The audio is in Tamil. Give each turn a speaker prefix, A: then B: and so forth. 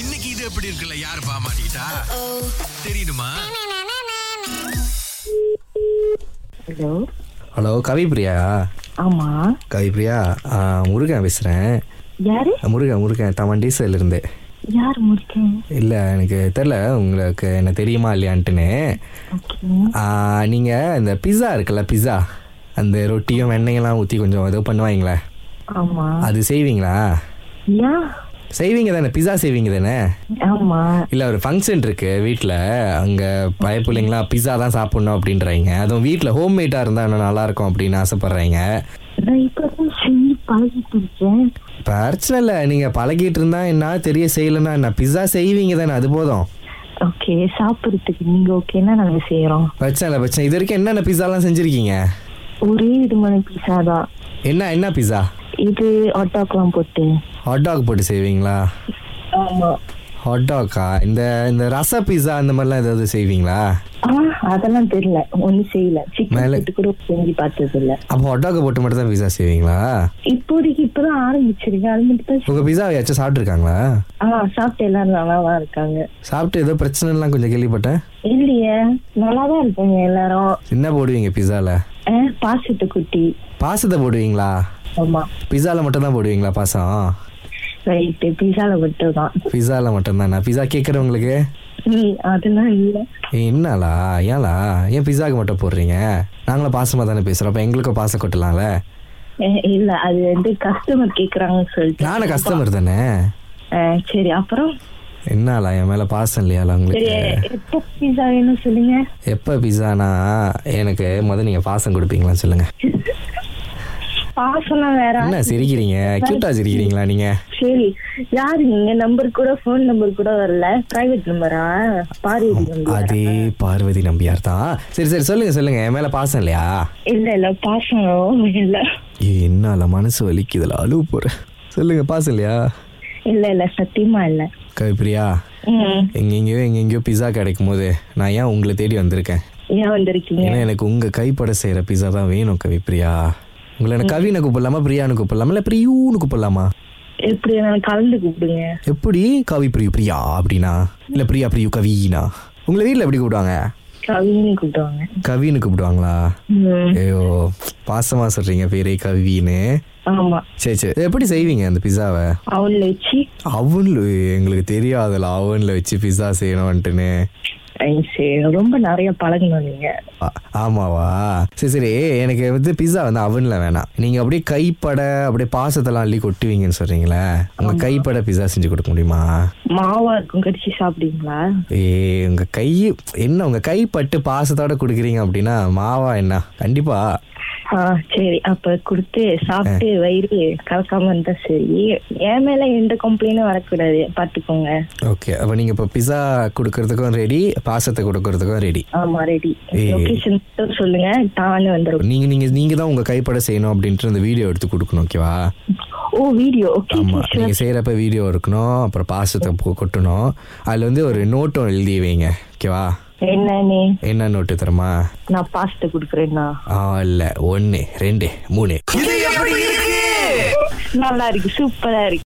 A: இன்னைக்கு இது எப்படி இருக்குல்ல யார் பாமாட்டா தெரியுமா
B: ஹலோ
C: ஹலோ கவிப்ரியா
B: ஆமா
C: கவிப்ரியா ஆ, முருகன் பேசுகிறேன்
B: யாரு
C: முருகன் முருகன் தமன் டீசர்லேருந்து
B: யார் முடிக்கேன்
C: இல்லை எனக்கு தெரில உங்களுக்கு என்ன தெரியுமா இல்லையான்ட்டுன்னு
B: ஓகே
C: நீங்கள் இந்த பிஸா இருக்குல்ல பிஸா அந்த ரொட்டியும் வெண்ணெயெல்லாம் ஊற்றி கொஞ்சம் ஏதோ பண்ணுவாங்களே
B: ஆமா
C: அது செய்வீங்களா
B: யா
C: செய்வீங்க தானே பிஸா செய்வீங்க தானே
B: ஆமா
C: இல்லை ஒரு ஃபங்க்ஷன் இருக்குது வீட்டில் அங்கே பய பிள்ளைங்களாம் பிஸா தான் சாப்பிட்ணும் அப்படின்றாங்க அதுவும் வீட்டில் ஹோம்மேடாக இருந்தால் இன்னும் நல்லாயிருக்கும் அப்படின்னு ஆசைப்பட்றாங்க
B: நான் இப்பதான் சொல்லி பழகிட்டு இருக்கேன்
C: பிரச்சனை இல்லை நீங்கள் பழகிட்டு இருந்தா என்ன தெரிய செய்யலைன்னா என்ன பிஸ்ஸா செய்வீங்க தானே அது போதும்
B: ஓகே சாப்பிடுறதுக்கு நீங்க ஓகேன்னா நாங்க செய்யறோம்
C: பிரச்சனை இல்லை பிரச்சனை இது வரைக்கும் என்னென்ன பிஸ்ஸாலாம் செஞ்சுருக்கீங்க
B: ஒரே விதமான பீஸா தான்
C: என்ன என்ன பிஸ்ஸா
B: இது ஆட்டோக்கெல்லாம் போட்டு
C: ஹாட் டாக் போட்டு செய்வீங்களா
B: ஆமா
C: ஹாட் டாக்கா இந்த இந்த ரச பிஸ்ஸா அந்த மாதிரிலாம் ஏதாவது செய்வீங்களா
B: ஆ அதெல்லாம் தெரியல ஒண்ணும் செய்யல
C: மேல-
B: சிக்கன் கூட செஞ்சு பார்த்தது இல்ல
C: அப்போ ஹாட் டாக்கை போட்டு மட்டும் தான் பிஸ்ஸா செய்வீங்களா
B: இப்போதைக்கு இப்பதான் ஆரம்பிச்சிருக்கேன் அது மட்டும் தான்
C: உங்கள் பிஸ்ஸா யாச்சும் சாப்பிட்ருக்காங்களா
B: ஆ சாப்பிட்டு எல்லாரும் நல்லாதான் இருக்காங்க
C: சாப்பிட்டு ஏதோ பிரச்சனைலாம் கொஞ்சம் கேள்விப்பட்டேன்
B: இல்லையே நல்லாதான் இருக்காங்க எல்லாரும்
C: என்ன போடுவீங்க பிஸ்ஸாவில்
B: ஆ, பாசத்தை குட்டி
C: பாசத்தை போடுவீங்களா
B: ஆமா
C: பிஸ்ஸாவில் மட்டும் தான் போடுவீங்களா பாசம்
B: ரைட்டு பீஸால விட்டுதான்
C: பிஸ்ஸாவில் மட்டும்தானா பிஸ்ஸா கேட்குறவங்களுக்கு
B: ம் அதெல்லாம் இல்ல
C: ஏய், என்னலா ஏன்லா ஏன் பிஸாக்கு மட்டும் போடுறீங்க நாங்களும் பாசமாக தானே பேசுகிறோம் அப்போ எங்களுக்கும் பாசம் கொட்டலாம்ல
B: அஹ் இல்ல அது வந்து கஸ்டமர் கேக்குறாங்கன்னு சொல்லிட்டு
C: நானும் கஸ்டமர் தானே
B: அஹ் சரி அப்புறம்
C: என்னலா என் மேலே பாசம் இல்லையால
B: சரி
C: உங்களுக்கு
B: எப்போ பீஸா வேணும் சொல்லுங்க
C: எப்போ பிஸானா எனக்கு முத நீங்கள் பாசம் கொடுப்பீங்களான்னு சொல்லுங்கள்
B: பாசம்லாம் வேற
C: என்ன சிரிக்கிறீங்க க்யூட்டாக சிரிக்கிறீங்களா நீங்கள்
B: சரி யாரு நீங்க நம்பர் கூட ஃபோன் நம்பர் கூட வரல பிரைவேட் நம்பரா பாரு
C: அதே பார்வதி நம்பியார் தான் சரி சரி சொல்லுங்கள் சொல்லுங்கள் என் மேலே பாசம் இல்லையா
B: இல்ல இல்ல பாசம் இல்ல
C: ஏய், என்னால மனசு வலிக்குதுல அழுவ போகிறேன் சொல்லுங்கள் பாசம் இல்லையா
B: இல்ல இல்ல சத்தியமா இல்ல
C: கவிப்பிரியா
B: ம்
C: எங்கெங்கேயோ எங்கெங்கேயோ பிஸா கிடைக்கும் போது நான் ஏன் உங்களை தேடி வந்திருக்கேன்
B: ஏன் வந்திருக்கீங்க
C: ஏன்னா எனக்கு உங்க கைப்பட செய்யற பிஸா தான் வேணும் கவி பிரியா உங்களை எனக்கு கவினை கூப்பிடலாமா பிரியான்னு கூப்பிடலாமா இல்ல பிரியூன்னு கூப்பிடலாமா
B: எப்படி நான் கலந்து கூப்பிடுங்க
C: எப்படி கவி பிரியு பிரியா அப்படின்னா இல்ல பிரியா பிரியு கவினா உங்களை வீட்ல எப்படி கூப்பிடுவாங்க
B: கவின்னு கூப்பிடுவாங்க
C: கவின்னு கூப்பிடுவாங்களா
B: ம்
C: ஐயோ பாசமா சொல்றீங்க பேரே கவின்னு
B: ஆமா
C: சரி சரி எப்படி செய்வீங்க அந்த பிஸாவை
B: அவன்ல வச்சு
C: அவன்ல எங்களுக்கு தெரியாதுல அவன்ல வச்சு பிஸா செய்யணும்ட்டுன்னு
B: ஐ, சரி, ரொம்ப நிறைய பழகணும் நீங்க
C: ஆ- ஆமாவா சரி சரி எனக்கு வந்து பிஸா வந்து அவன்ல வேணாம் நீங்க அப்படியே கைப்பட அப்படியே பாசத்தெல்லாம் அள்ளி கொட்டுவீங்கன்னு சொல்றீங்களே உங்க கைப்பட பிஸா செஞ்சு கொடுக்க முடியுமா
B: மாவா இருக்கும் கடிச்சு சாப்பிடுவீங்களா
C: ஏ உங்க கை என்ன உங்க கைப்பட்டு பாசத்தோட கொடுக்குறீங்க அப்படின்னா மாவா என்ன கண்டிப்பா
B: ஆ சரி அப்ப கொடுத்து சாப்பிட்டு வயிறு கலக்காம இருந்தா சரி என் மேல எந்த கம்ப்ளைண்டும் வரக்கூடாது பாத்துக்கோங்க
C: ஓகே அப்ப நீங்க இப்ப பிஸா கொடுக்கறதுக்கும் ரெடி பாசத்தை கொடுக்கறதுக்கும் ரெடி
B: ஆமா ரெடி
C: ஏய்.
B: லொகேஷன் மட்டும் சொல்லுங்க தானே வந்துடும்
C: நீங்க நீங்க நீங்க தான் உங்க கைப்பட செய்யணும் அப்படின்ட்டு இந்த வீடியோ எடுத்து கொடுக்கணும் ஓகேவா
B: ஓ வீடியோ ஓகே
C: ஆமா நீங்க செய்யறப்ப வீடியோ இருக்கணும் அப்புறம் பாசத்தை கொ- கொட்டணும் அதுல வந்து ஒரு நோட்டும் எழுதி வைங்க ஓகேவா
B: என்னன்னு
C: என்ன நோட்டு தருமா
B: நான் பாஸ்தா குடுக்குறேன்னா
C: ஆ இல்லை ஒன்று ரெண்டு மூணு
A: இது எப்படி இருக்கு
B: நல்லா இருக்கு சூப்பரா இருக்கு